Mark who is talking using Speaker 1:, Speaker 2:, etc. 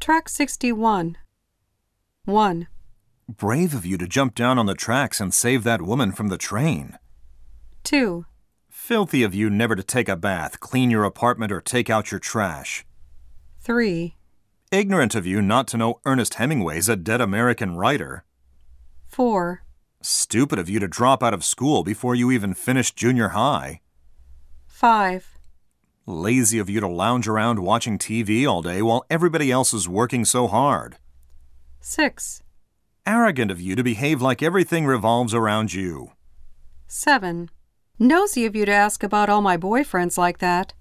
Speaker 1: Track 61. 1,
Speaker 2: Brave of you to jump down on the tracks and save that woman from the train.
Speaker 1: 2,
Speaker 2: Filthy of you never to take a bath, clean your apartment, or take out your trash.
Speaker 1: 3,
Speaker 2: Ignorant of you not to know Ernest Hemingway's a dead American writer.
Speaker 1: 4,
Speaker 2: Stupid of you to drop out of school before you even finished junior high.
Speaker 1: 5,
Speaker 2: Lazy of you to lounge around watching TV all day while everybody else is working so hard.
Speaker 1: 6,
Speaker 2: Arrogant of you to behave like everything revolves around you.
Speaker 1: 7. Nosy of you to ask about all my boyfriends like that.